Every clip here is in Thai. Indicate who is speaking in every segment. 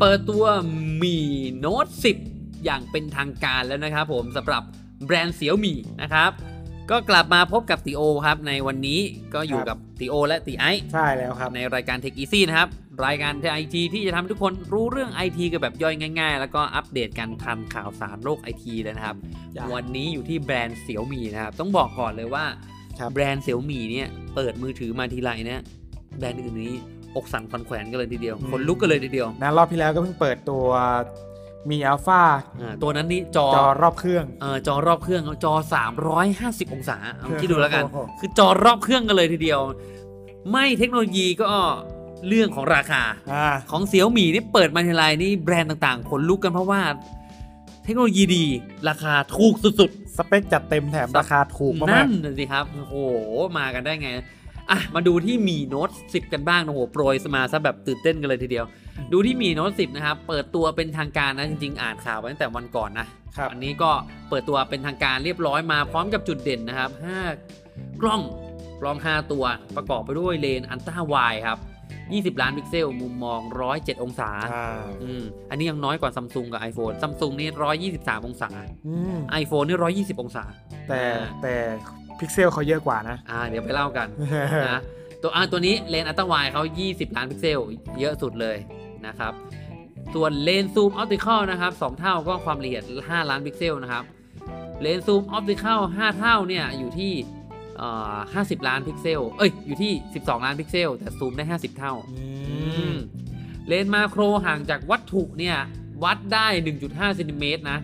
Speaker 1: เปิดตัวมีโน้ต10 อย่างเป็นทางการแล้วนะครับผมสำหรับแบรนด์เสี่ยวมีนะครับ ก็กลับมาพบกับติโอครับ ในวันนี้ก็อยู่
Speaker 2: ครับ
Speaker 1: กับติโอและติไอซ์
Speaker 2: ใช่แล้วครับ
Speaker 1: ในรายการ Tech Easy นะครับ รายการไอทีที่จะทำให้ทุกคนรู้เรื่องไอทีกันแบบย่อยง่าย ๆ แล้วก็อัปเดตกันทันข่าวสารโลกไอทีเลยนะครับ
Speaker 2: จ้ะ
Speaker 1: วันนี้อยู่ที่แบรนด์เสี่ยวมีนะครับ ต้องบอกก่อนเลยว่า
Speaker 2: ครับ
Speaker 1: แบรนด์เสี่ยวมีเนี่ยเปิดมือถือมาทีไรเนะแบรนด์อื่นนี้อกสั่นขวัญแขวนกันเลยทีเดียวคนลุกกันเลยทีเดียว
Speaker 2: นะรอบที่แล้วก็เพิ่งเปิดตัวมีอัลฟา
Speaker 1: อ่าตัวนั้นนี่จอ
Speaker 2: จอรอบเครื่อง
Speaker 1: เอ่อจอรอบเครื่องจอ 350 องศาเอาคิดดูแล้วกัน
Speaker 2: โอ้โห
Speaker 1: คือจอรอบเครื่องกันเลยทีเดียว ไม่เทคโนโลยีก็เรื่องของราคา
Speaker 2: อ่า
Speaker 1: ของเสี่ยวหมี่นี่เปิดมาทีไรนี่แบรนด์ต่างๆ ขนลุกกันเพราะว่า เทคโนโลยีดี ราคาถูกสุด
Speaker 2: สเปคจัดเต็มแถมราคาถูก
Speaker 1: ๆ
Speaker 2: มา
Speaker 1: นั่
Speaker 2: ก
Speaker 1: นน่ะสิครับ โอ้โห มากันได้ไง อ่ะ มาดูที่หมีโน้ต10 กันบ้างนะโอ้โหโปรยมาซะแบบตื่นเต้นกันเลยทีเดียว ดูที่หมีโน้ต10 นะครับ เปิดตัวเป็นทางการนะ จริงๆ อ่านข่าวไว้ตั้งแต่วันก่อนนะ
Speaker 2: ๆครับ
Speaker 1: อันนี้ก็เปิดตัวเป็นทางการเรียบร้อยมาพร้อมกับจุดเด่นนะครับ 5 กล้องกล้อง 5 ตัวประกอบไปด้วยเลนส์อันต้าไวครับ 20 ล้านพิกเซล มุมมอง 107 องศา
Speaker 2: อ่า
Speaker 1: อืม อันนี้ยังน้อยกว่าซัมซุงกับ iPhone ซัมซุงนี่ 123 องศา
Speaker 2: อืม
Speaker 1: iPhone นี่ 120 องศา
Speaker 2: แต่แต่พิกเซลเขาเยอะกว่านะ
Speaker 1: อ่า เดี๋ยวไปเล่ากัน นะตัวอ่ะตัวนี้เลนส์อัลตร้าไวเขา 20 ล้านพิกเซล เยอะสุดเลยนะครับ ส่วนเลนส์ซูมออปติคอลนะครับ 2 เท่าก็ความละเอียด 5 ล้านพิกเซลนะครับ เลนส์ซูมออปติคอล 5 เท่าเนี่ยอยู่ที่เอ่อ50 ล้านพิกเซล เอ้ย อยู่ที่ 12 ล้านพิกเซล แต่ซูมได้ 50 เท่า
Speaker 2: อื
Speaker 1: อื
Speaker 2: ม
Speaker 1: มเลนส์มาโครห่างจากวัตถุเนี่ย วัดได้ 1.5เซนติเมตรนะ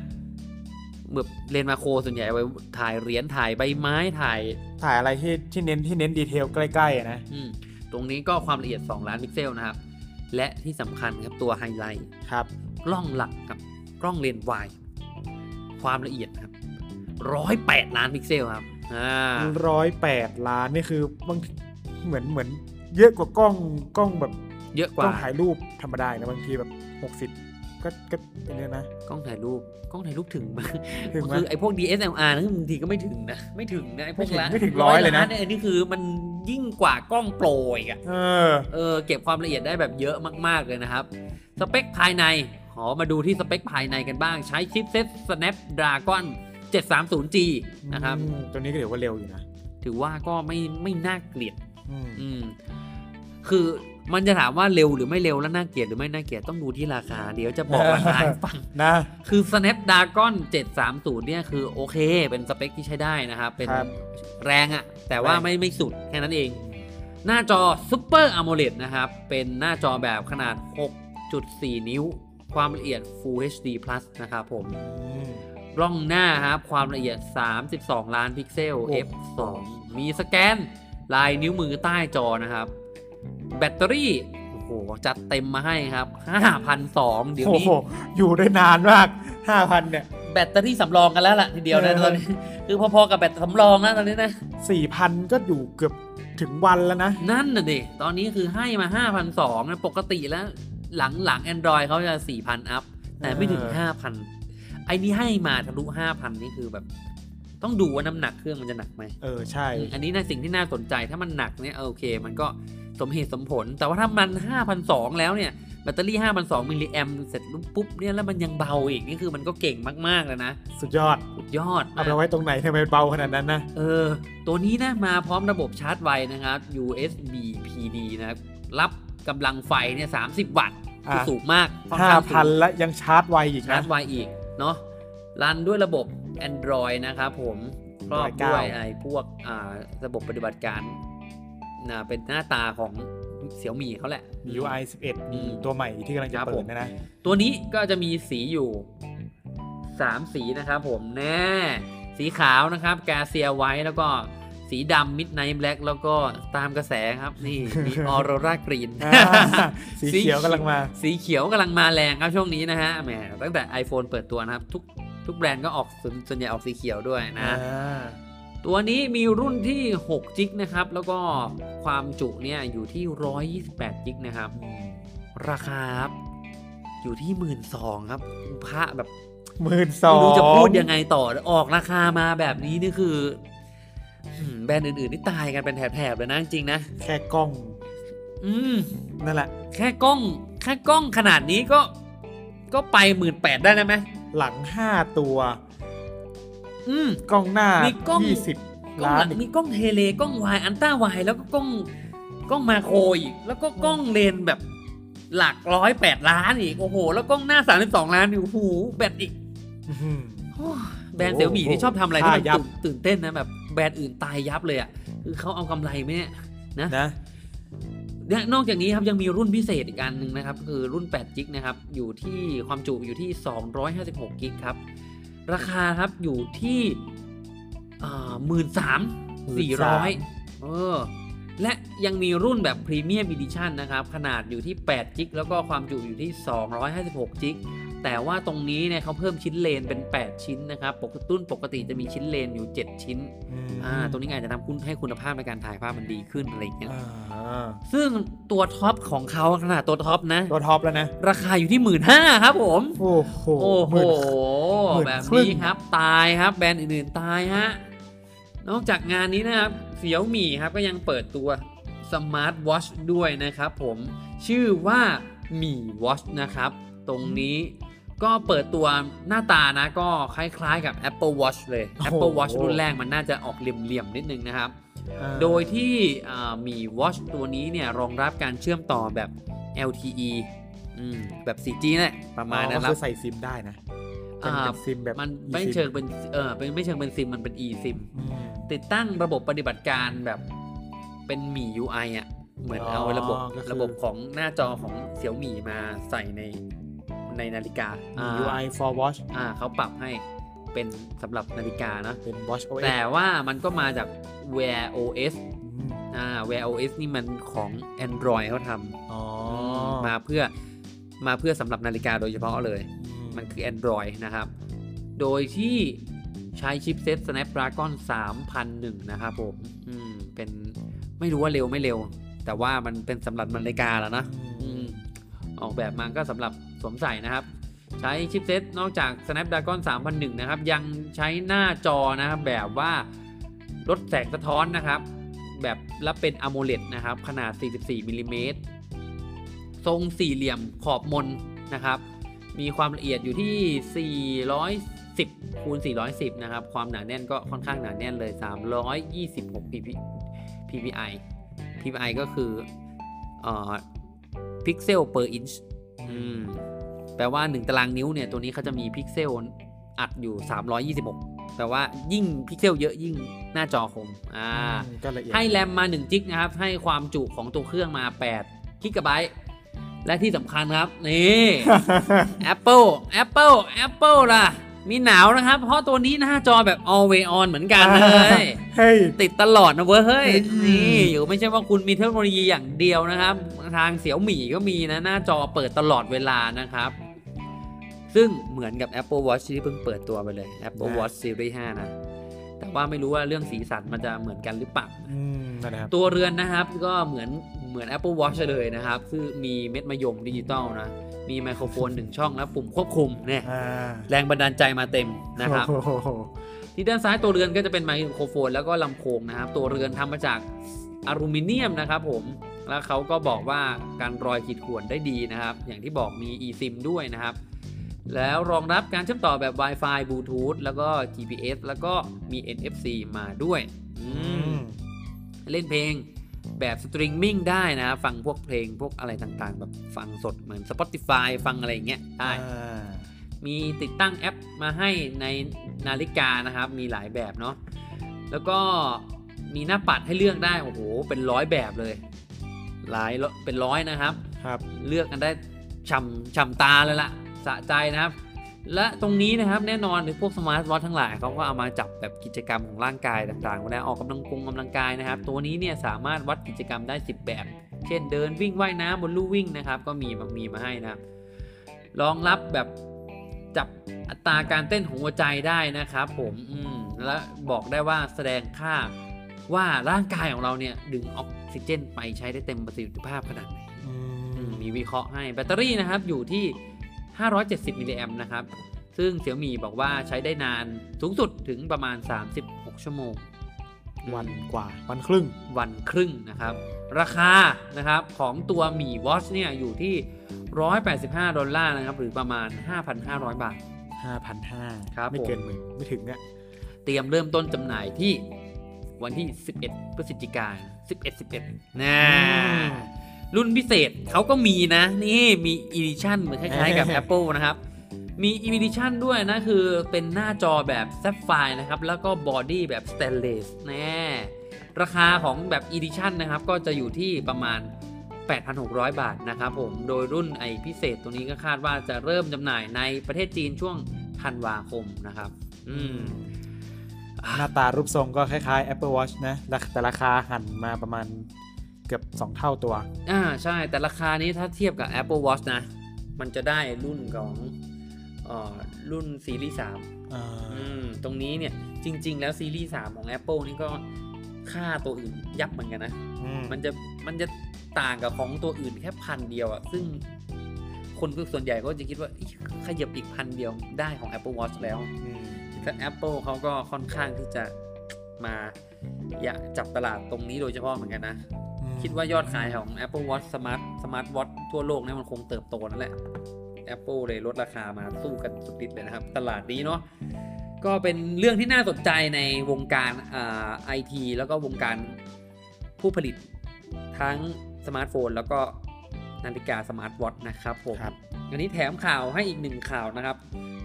Speaker 1: เหมือนเลนส์มาโครส่วนใหญ่เอาไว้ถ่ายเหรียญถ่ายใบไม้ถ่าย
Speaker 2: ถ่ายอะไรที่ที่เน้นที่เน้นดีเทลใกล้ๆอะนะ
Speaker 1: อืมตรงนี้ก็ความละเอียด 2 ล้านพิกเซลนะครับ และที่สำคัญครับตัวไฮไลท์
Speaker 2: ครับ
Speaker 1: กล้องหลักกับกล้องเลนส์วายความละเอียดครับร้อยแปดล้านพิกเซลครับอ่า
Speaker 2: ร้อยแปดล้านนี่คือบางทีเหมือนเหมือน เยอะกว่ากล้องกล้องแบบ
Speaker 1: เยอะก
Speaker 2: ก
Speaker 1: ว่า
Speaker 2: ล้องถ่ายรูปธรรมดาอีกนะบางทีแบบหกสิบก็ก็เป็นเรื่องนะ
Speaker 1: กล้องถ่ายรูปกล้องถ่ายรูปถึงมาก
Speaker 2: ถึงไหม
Speaker 1: คือไอพวก DSLR นั่นบางทีก็ไม่ถึงนะ ไม่ถึงนะไอพวก
Speaker 2: ไม่ถึง
Speaker 1: ละ
Speaker 2: ไม่ถึงร้อยเลยนะ
Speaker 1: าเนี่ยอันนี้คือมันยิ่งกว่ากล้องโปรอีกอะ
Speaker 2: เออ
Speaker 1: เออเก็บความละเอียดได้แบบเยอะมาก ๆ เลยนะครับ สเปคภายใน ขอมาดูที่สเปคภายในกันบ้าง ใช้ชิปเซ็ต Snapdragon 730G นะครับ
Speaker 2: อืมตัวนี้ก็ถือว่าเร็วอยู่นะ
Speaker 1: ถือว่าก็ไม่ไม่น่าเกลียด
Speaker 2: อืม
Speaker 1: อืม คือมันจะถามว่าเร็วหรือไม่เร็วแล้วน่าเกลียดหรือไม่น่าเกลียดต้องดูที่ราคา เดี๋ยวจะบอกราคาให้ฟัง
Speaker 2: นะ
Speaker 1: คือ Snapdragon 730 เนี่ยคือโอเค เป็นสเปคที่ใช้ได้นะครับ เป็น
Speaker 2: ครับ
Speaker 1: แรงอะแต่ว่า
Speaker 2: แรง
Speaker 1: ไม่ไม่สุดแค่นั้นเอง หน้าจอ Super AMOLED นะครับ เป็นหน้าจอแบบขนาด 6.4 นิ้ว ความละเอียด Full HD Plus นะครับผมกล้องหน้าครับ ความละเอียด 32 ล้านพิกเซล
Speaker 2: โอ้
Speaker 1: f 2มีสแกน ลายนิ้วมือใต้จอนะครับ แบตเตอรี่โอ้โหจัดเต็มมาให้ครับ5,002เดี๋ยว
Speaker 2: โอ้
Speaker 1: นี้
Speaker 2: โหอยู่ได้นานมากห้าพันเนี่ย
Speaker 1: แบตเตอรี่สำรองกันแล้วล่ะทีเดียวนะ
Speaker 2: เออ
Speaker 1: ตอนนี้ คือพอๆกับแบตสำรองนะตอนนี้นะ
Speaker 2: สี่พันก็อยู่เกือบถึงวันแล้วนะ
Speaker 1: นั่นน่ะดิ ตอนนี้คือให้มา 5,200นะปกติแล้วหลังหลัง Android เขาจะ 4,000 อัพ แต่ไม่ถึง
Speaker 2: เออ
Speaker 1: 5,000 ไอ้นี่ให้มาทะลุ 5,000 นี่คือแบบ ต้องดูว่าน้ำหนักเครื่องมันจะหนักไหม
Speaker 2: เออ ใช่
Speaker 1: อันนี้น่าสิ่งที่น่าสนใจถ้ามันหนักเนี่ยเออโอเค มันก็สมเหตุสมผล แต่ว่าถ้ามัน 5,200 แล้วเนี่ย แบตเตอรี่ 5,200มิลลิแอมเสร็จปุ๊บเนี่ยแล้วมันยังเบาอีกนี่คือมันก็เก่งมากๆแล้วนะ
Speaker 2: สุดยอด
Speaker 1: สุดยอดมาก
Speaker 2: เอาไปไว้ตรงไหนทำไมเบาขนาดนั้นนะ
Speaker 1: เออ ตัวนี้นะมาพร้อมระบบชาร์จไวนะครับ USB PD นะครับ รับกำลังไฟเนี่ย 30 วัตต์คือ
Speaker 2: อ่ะ
Speaker 1: สูงมากค่อ
Speaker 2: ห้า
Speaker 1: ข้งสูง
Speaker 2: พันและยังชาร์จไวอีก
Speaker 1: ชา
Speaker 2: นะ
Speaker 1: ร์จไวอีก เนาะรันด้วยระบบ Android นะครับผม ครอบ
Speaker 2: ร้
Speaker 1: ด้ว
Speaker 2: อย ยเก้า
Speaker 1: ไอ้พวกอ่าระบบปฏิบัติการนะเป็นหน้าตาของเสี่ยวมีเขาแหละ
Speaker 2: UI
Speaker 1: อืม
Speaker 2: 11 ตัวใหม่ที่กำลังจะ
Speaker 1: ครับ
Speaker 2: เปิ
Speaker 1: ผ
Speaker 2: ด
Speaker 1: ม
Speaker 2: เนยนะ
Speaker 1: ตัวนี้ก็จะมีสีอยู่ 3 สีนะครับผมแน่สีขาวนะครับ กาเซียไว้แล้วก็สีดำมิดไนท์แบล็กแล้วก็ตามกระแสครับ นี่มีออโรรากรีน
Speaker 2: อ่า สีเขียวกำลังมา
Speaker 1: สีเขียวกำลังมาแรงครับช่วงนี้นะฮะแหมตั้งแต่ iPhone เปิดตัวนะครับ ทุกทุกแบรนด์ก็ออกส่วนส่วนใหญ่ออกสีเขียวด้วยนะ
Speaker 2: อ่า
Speaker 1: ตัวนี้มีรุ่นที่6จิกนะครับ แล้วก็ความจุเนี่ยอยู่ที่128จิกนะครับ
Speaker 2: อืม
Speaker 1: ราคาครับอยู่ที่หมื่นสองครับพระแบบ
Speaker 2: หมื่นสอ
Speaker 1: ไม่
Speaker 2: ง
Speaker 1: รู้จะพูดยังไงต่อ ออกราคามาแบบนี้นี่คืออืมแบรนด์อื่นๆนี่ตายกันเป็นแถบๆเลยนะจริงๆนะ
Speaker 2: แค่กล้อง
Speaker 1: อืม
Speaker 2: นั่นแหละ
Speaker 1: แค่กล้อง แค่กล้องขนาดนี้ก็ก็ไปหมื่นแปดได้แล้วไหม
Speaker 2: หลังห้าตัว
Speaker 1: อืม
Speaker 2: กล้องหน้า
Speaker 1: มีกล้อง
Speaker 2: ยี่สิบ
Speaker 1: กล้อง
Speaker 2: ล้า
Speaker 1: ห
Speaker 2: น
Speaker 1: ลังมีกล้องเทเลกล้องวายอันต้าวายแล้วก็กล้องกล้องมาโครอีกแล้วก็กล้องเลนส์แบบหลักร้อยแปดล้านอีกโอ้โห แล้วกล้องหน้าสามสิบสองล้านอีกโอ้โหแบตอีก
Speaker 2: อื้อหือ
Speaker 1: โอ้ยแบรนด์เสี่ยวหมี่นี่ชอบทำอะไรที่มันตื่นตื่นเต้นนะแบบแบรนด์อื่นตายยับเลยอ่ะคือเขาเอากำไรไหมเนี่ย
Speaker 2: นะ
Speaker 1: เนี่ยนอกจากนี้ครับยังมีรุ่นพิเศษอีกอันหนึ่งนะครับ คือรุ่น8กิกนะครับ อยู่ที่ความจุอยู่ที่ 256กิกครับ ราคาครับอยู่ที่หมื่นสามสี่ร้อยเออและยังมีรุ่นแบบพรีเมียม d ิ t i o n นะครับ ขนาดอยู่ที่8กิกแล้วก็ความจุอยู่ที่ 256กิกแต่ว่าตรงนี้เนี่ยเขาเพิ่มชิ้นเลนเป็น 8 ชิ้นนะครับปกติตุ้นปกติจะมีชิ้นเลนอยู่ 7 ชิ้นอ่าตรงนี้อาจจะทำคุณให้คุณภาพในการถ่ายภาพมันดีขึ้นอะไรอย่างเงี้ย ซึ่งตัวท็อปของเขาขนาดตัวท็อปนะ
Speaker 2: ตัวท็อปแล้วนะ
Speaker 1: ราคาอยู่ที่หมื่นห้าครับผม
Speaker 2: โอ้โห
Speaker 1: โอ้โห
Speaker 2: มื่น หมื่น
Speaker 1: แบบ
Speaker 2: ครึ่
Speaker 1: นี้
Speaker 2: ง
Speaker 1: ครับ ตายครับแบรนด์อื่นๆตายฮะ นอกจากงานนี้นะครับเสี่ยวหมี่ครับก็ยังเปิดตัวสมาร์ทวอชด้วยนะครับผม ชื่อว่าหมี่วอชนะครับ ตรงนี้ก็เปิดตัวหน้าตานะก็คล้ายๆกับ Apple Watch เลย Apple Watch รุ่นแรกมันน่าจะออกเหลี่ยมๆนิดนึงนะครับ
Speaker 2: อ่า
Speaker 1: โดยที่อ่ามี Watch ตัวนี้เนี่ยรองรับการเชื่อมต่อแบบ LTE อืมแบบ 4G นั่นแหละประมาณนั้นค
Speaker 2: อ๋อก็
Speaker 1: รั
Speaker 2: คื
Speaker 1: บ
Speaker 2: อใส่ซิมได้นะ
Speaker 1: อ่า
Speaker 2: เป็นซิมแบบ
Speaker 1: มันไม่เชิงเป็นเออเป็นไม่เชิงเป็นซิมมันเป็น eSIM
Speaker 2: อืม
Speaker 1: ติดตั้งระบบปฏิบัติการแบบเป็นหมี UI อ่ะ เหมือน
Speaker 2: อ๋อ
Speaker 1: เอาระบบ
Speaker 2: ก็คือ
Speaker 1: ระบบของหน้าจอของเสี่ยวหมีมาใส่ในในนาฬิกา
Speaker 2: มี
Speaker 1: อ่า
Speaker 2: UI for watch
Speaker 1: อ่าเขาปรับให้เป็นสำหรับนาฬิกานะ
Speaker 2: เป็น watch OS
Speaker 1: แต่ว่ามันก็มาจาก Wear OS
Speaker 2: อืม
Speaker 1: อ่า Wear OS นี่มันของ Android เขาท
Speaker 2: อ๋อ
Speaker 1: ำ
Speaker 2: อ
Speaker 1: มมาเพื่อมาเพื่อสำหรับนาฬิกาโดยเฉพาะเลย มันคือ Android นะครับ โดยที่ใช้ชิปเซ็ต Snapdragon 3001 นะครับผม อืม เป็นไม่รู้ว่าเร็วไม่เร็ว แต่ว่ามันเป็นสำหรับนาฬิกาแล้วนะ
Speaker 2: อื
Speaker 1: อื
Speaker 2: ม
Speaker 1: มออกแบบมาก็สำหรับสวมใส่นะครับ ใช้ชิปเซ็ตนอกจาก Snapdragon 3001 นะครับ ยังใช้หน้าจอนะครับแบบว่าลดแสงสะท้อนนะครับ แบบและเป็น AMOLED นะครับ ขนาด 44มิลลิเมตรทรงสี่เหลี่ยมขอบมนนะครับ มีความละเอียดอยู่ที่ 410คูณ410 นะครับ ความหนาแน่นก็ค่อนข้างหนาแน่นเลย 326 pp ppi ppi ก็คือเอ่อพิกเซล per inch อืมแปลว่า 1 ตารางนิ้วเนี่ย ตัวนี้เขาจะมีพิกเซลอัดอยู่ 326 แต่ว่ายิ่งพิกเซลเยอะยิ่งหน้าจอคมอ่า
Speaker 2: ก็ละเอียด
Speaker 1: ให้ แรมมา1จิกนะครับ ให้ความจุของตัวเครื่องมา8กิกะไบต์และที่สำคัญครับ นี่ Apple Apple Apple ล่ะ มีหนาวนะครับ เพราะตัวนี้หน้าจอแบบ always on เหมือนกันเลย
Speaker 2: เฮ้ย
Speaker 1: ติดตลอดนะเว้ยเฮ้ย
Speaker 2: อืม
Speaker 1: นี่อยู่ไม่ใช่ว่าคุณมีเทคโนโลยีอย่างเดียวนะครับ ทางเสี่ยวหมี่ก็มีนะ หน้าจอเปิดตลอดเวลานะครับ ซึ่งเหมือนกับ Apple Watch ที่เพิ่งเปิดตัวไปเลย Apple Watch Series 5 นะ แต่ว่าไม่รู้ว่าเรื่องสีสันมันจะเหมือนกันหรือเปล่า
Speaker 2: อืมนั่นนะครับ
Speaker 1: ตัวเรือนนะครับก็เหมือนเหมือน Apple Watch เลยนะครับ คือมีเม็ดมะยมดิจิตอลนะ มีไมโครโฟนหนึ่งช่องและปุ่มควบคุมเนี่ย
Speaker 2: อ่า
Speaker 1: แรงบันดาลใจมาเต็มนะครับ
Speaker 2: โอ้โห
Speaker 1: ที่ด้านซ้ายตัวเรือนก็จะเป็นไมโครโฟนแล้วก็ลำโพงนะครับ ตัวเรือนทำมาจากอลูมิเนียมนะครับผม แล้วเขาก็บอกว่าการรอยขีดข่วนได้ดีนะครับ อย่างที่บอกมี eSIM ด้วยนะครับ แล้วรองรับการเชื่อมต่อแบบ Wi-Fi Bluetooth แล้วก็ GPS แล้วก็มี NFC มาด้วย อื
Speaker 2: อื
Speaker 1: ม
Speaker 2: ม
Speaker 1: เล่นเพลงแบบสตริมมิ่งได้นะ ฟังพวกเพลงพวกอะไรต่างๆ แบบฟังสดเหมือน Spotify ฟังอะไรอย่างเงี้ยได้
Speaker 2: อ่า
Speaker 1: มีติดตั้งแอปมาให้ในนาฬิกานะครับ มีหลายแบบเนาะแล้วก็มีหน้าปัดให้เลือกได้ โอ้โห เป็นร้อยแบบเลย หลายร้อยเป็นร้อยนะครับ
Speaker 2: ครับ
Speaker 1: เลือกกันได้ฉ่ำฉ่ำตาเลยละสะใจนะครับ และตรงนี้นะครับแน่นอนในพวกสมาร์ทวอททั้งหลายเขาก็เอามาจับแบบกิจกรรมของร่างกายต่างๆเวลาออกกำลังกงกำลังกายนะครับ ตัวนี้เนี่ยสามารถวัดกิจกรรมได้ 10 แบบ เช่นเดินวิ่งว่ายน้ำบนลู่วิ่งนะครับ ก็มีมามีมาให้นะครับรองรับแบบจับอัตราการเต้นของหัวใจได้นะครับผมอืมและบอกได้ว่าแสดงค่าว่าร่างกายของเราเนี่ยดึงออกซิเจนไปใช้ได้เต็มประสิทธิภาพขนาดไหน
Speaker 2: อื
Speaker 1: อืม
Speaker 2: ม
Speaker 1: มีวิเคราะห์ให้แบตเตอรี่นะครับ อยู่ที่ 570 มิลลิแอมป์นะครับ ซึ่งเสี่ยวมีบอกว่าใช้ได้นานสูงสุดถึงประมาณ 36 ชั่วโมง
Speaker 2: วันกว่า วันครึ่ง
Speaker 1: วันครึ่งนะครับ ราคานะครับของตัวหมีวอชเนี่ยอยู่ที่ 185 ดอลลาร์นะครับ หรือประมาณ 5,500 บาท
Speaker 2: ห้าพันห้า
Speaker 1: ครับ
Speaker 2: ไม่เกิน
Speaker 1: ผม
Speaker 2: หมื่นไม่ถึงอ่ะ
Speaker 1: เตรียมเริ่มต้นจำหน่ายที่วันที่ 11 พฤศจิกายน11 11นะรุ่นพิเศษเขาก็มีนะ นี่มีอีดิชั่นเหมือนคล้ายๆกับ Apple นะครับ มีอีดิชั่นด้วยนะ คือเป็นหน้าจอแบบแซฟไฟนะครับ แล้วก็บอดี้แบบสแตนเลสแน่ราคาของแบบอีดิชั่นนะครับ ก็จะอยู่ที่ประมาณ 8,600 บาทนะครับผมโดยรุ่นไอพิเศษตัวนี้ก็คาดว่าจะเริ่มจำหน่ายในประเทศจีนช่วงธันวาคมนะครับ อืม
Speaker 2: หน้าตารูปทรงก็คล้ายๆ Apple Watch นะราคาแต่ราคาหันมาประมาณเกือบ 2 เท่าตัว
Speaker 1: อ่าใช่ แต่ราคานี้ถ้าเทียบกับ Apple Watch นะ มันจะได้รุ่นของเอ่อรุ่นซีรีส์3
Speaker 2: เอ่อ
Speaker 1: อืมตรงนี้เนี่ยจริง ๆ แล้วซีรีส์3ของ Apple นี่ก็ค่าตัวอื่นยับเหมือนกันนะ
Speaker 2: อ
Speaker 1: มันจะมันจะต่างกับของตัวอื่นแค่พันเดียวอะซึ่งคนส่วนใหญ่ก็จะคิดว่าอิ๊ยขยับอีกพันเดียวได้ของ Apple Watch แล้ว
Speaker 2: อืม
Speaker 1: แต่ Apple เขาก็ค่อนข้างที่จะมาอยากจับตลาดตรงนี้โดยเฉพาะเหมือนกันนะ
Speaker 2: อืม
Speaker 1: คิดว่ายอดขายของ Apple Watch Smart Smart Watch ทั่วโลกเนี่ยมันคงเติบโตนั่นแหละ Apple เลยลดราคามาสู้กันสุดฤทธิ์เลยนะครับ ตลาดนี้เนาะก็เป็นเรื่องที่น่าสนใจในวงการไอทีแล้วก็วงการผู้ผลิตทั้งสมาร์ทโฟนแล้วก็นาฬิกาสมาร์ทวอทนะครับผม
Speaker 2: ครับ
Speaker 1: อันนี้แถมข่าวให้อีกหนึ่งข่าวนะครับ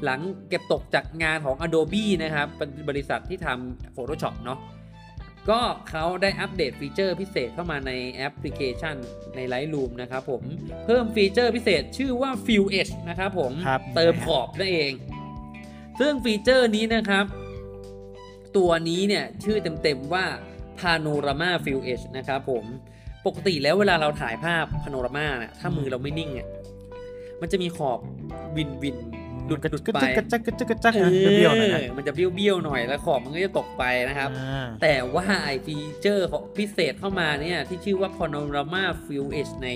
Speaker 1: หลังเก็บตกจากงานของ Adobe นะครับเป็นบริษัทที่ทำ Photoshop เนาะก็เขาได้อัปเดตฟีเจอร์พิเศษเข้ามาในแอปพลิเคชันใน Lightroom นะครับผม เพิ่มฟีเจอร์พิเศษชื่อว่า Fill Edge นะครับผม
Speaker 2: ครับ
Speaker 1: เติมขอบนั่นเอง ซึ่งฟีเจอร์นี้นะครับ ตัวนี้เนี่ย ชื่อเต็มๆว่า Panorama Fill Edge นะครับผม ปกติแล้วเวลาเราถ่ายภาพ Panorama เนี่ยถ้ามือเราไม่นิ่งเนี่ยมันจะมีขอบวินวินหลุด
Speaker 2: กระ
Speaker 1: ดุด
Speaker 2: กระ
Speaker 1: ไป
Speaker 2: จักกระจักกระจัก
Speaker 1: เอ
Speaker 2: กระจักนะ
Speaker 1: อ
Speaker 2: เบี้ยวๆหน่อยนะ
Speaker 1: มันจะเบี้ยวๆหน่อยแล้วขอบมันก็จะตกไปนะครับ
Speaker 2: อ่า
Speaker 1: แต่ว่าไอฟีเจอร์ของพิเศษเข้ามาเนี่ยที่ชื่อว่า Panorama Fill Edge ใน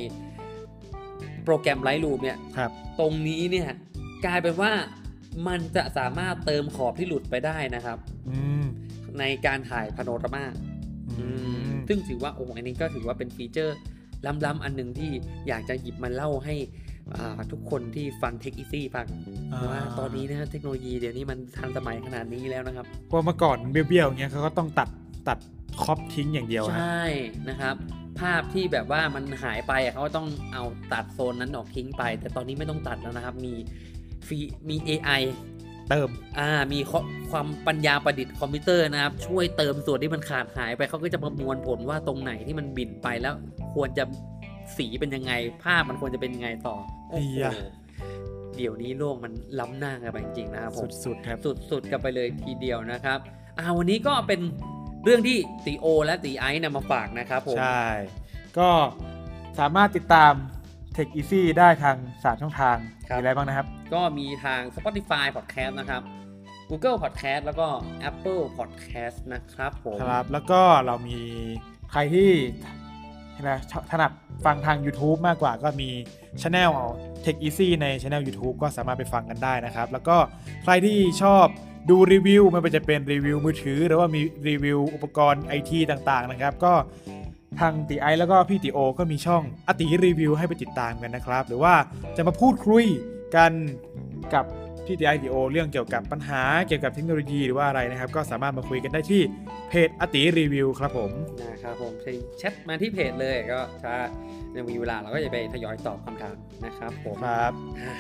Speaker 1: โปรแกรม Lightroom เนี่ย
Speaker 2: ครับ
Speaker 1: ตรงนี้เนี่ยกลายเป็นว่ามันจะสามารถเติมขอบที่หลุดไปได้นะครับ
Speaker 2: อืม
Speaker 1: ในการถ่ายพาโนรามา
Speaker 2: อืม
Speaker 1: ซึ่งถือว่าโอ้โหอันนี้ก็ถือว่าเป็นฟีเจอร์ล้ำๆอันหนึ่งที่อยากจะหยิบมาเล่าให้อ่าทุกคนที่ฟังเทคอีซี่ฟังว่าตอนนี้นะเทคโนโลยีเดี๋ยวนี้มันทันสมัยขนาดนี้แล้วนะครับ
Speaker 2: เพราะเมื่อก่อนเบี้ยวๆอย่างเงี้ยเขาก็ต้องตัดตัดครอปทิ้งอย่างเดียว
Speaker 1: ใช
Speaker 2: ฮะ
Speaker 1: ่นะครับ ภาพที่แบบว่ามันหายไปอะเขาก็ต้องเอาตัดโซนนั้นออกทิ้งไป แต่ตอนนี้ไม่ต้องตัดแล้วนะครับ มีฟีมี AI
Speaker 2: เติม
Speaker 1: อ่ามีข้อความปัญญาประดิษฐ์คอมพิวเตอร์นะครับ ช่วยเติมส่วนที่มันขาดหายไปเขาก็จะประมวลผลว่าตรงไหนที่มันบินไปแล้ว ควรจะสีเป็นยังไง ภาพมันควรจะเป็นยังไงต่อโอ้
Speaker 2: เฮี
Speaker 1: โห
Speaker 2: ย
Speaker 1: เดี๋ยวนี้โลกมันล้ำหน้ากันไปจริงๆนะครับผม
Speaker 2: สุดๆครับ
Speaker 1: สุดๆกันไปเลยทีเดียวนะครับอ่าวันนี้ก็เป็นเรื่องที่ตีโอ และตีไอซ์นำมาฝากนะครับผม
Speaker 2: ใช่ ก็สามารถติดตาม Tech Easy ได้ทางสามช่องทางมีอะไรบ้างนะครับ
Speaker 1: ก็มีทาง Spotify Podcast นะครับ Google Podcast แล้วก็ Apple Podcast นะครับผม
Speaker 2: ครับ แล้วก็เรามีใครที่นะถนัดฟังทาง YouTube มากกว่าก็มี Channel Tech Easy ใน Channel YouTube ก็สามารถไปฟังกันได้นะครับ แล้วก็ใครที่ชอบดูรีวิวไม่ว่าจะเป็นรีวิวมือถือ หรือว่ามีรีวิวอุปกรณ์ไอทีต่างๆนะครับ ก็ทางติไอซ์แล้วก็พี่ติโอ ก็มีช่องอติรีวิวให้ไปติดตามกันนะครับ หรือว่าจะมาพูดคุยกันกับพี่ติไอติโอ เรื่องเกี่ยวกับปัญหาเกี่ยวกับเทคโนโลยีหรือว่าอะไรนะครับ ก็สามารถมาคุยกันได้ที่เพจอติรีวิวครับผม
Speaker 1: นะครับผมแชทมาที่เพจเลยก็ถ้ายังมีเวลาเราก็จะไปทยอยตอบคำถามนะครับผม
Speaker 2: ครับ
Speaker 1: อ่ะ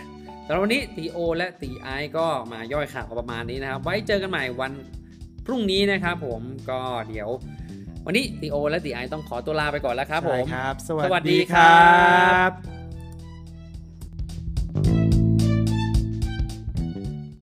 Speaker 1: สำหรับวันนี้ตีโอ และตีไอซ์ก็มาย่อยข่าวประมาณนี้นะครับ ไว้เจอกันใหม่วันพรุ่งนี้นะครับผมก็เดี๋ยว วันนี้ตีโอ และตีไอซ์ต้องขอตัวลาไปก่อนแล้วครับผม
Speaker 2: ใช่ครับ ส
Speaker 1: สวั
Speaker 2: วั
Speaker 1: ส
Speaker 2: ส
Speaker 1: ดี
Speaker 2: ดี
Speaker 1: ค
Speaker 2: ค
Speaker 1: รั
Speaker 2: รับ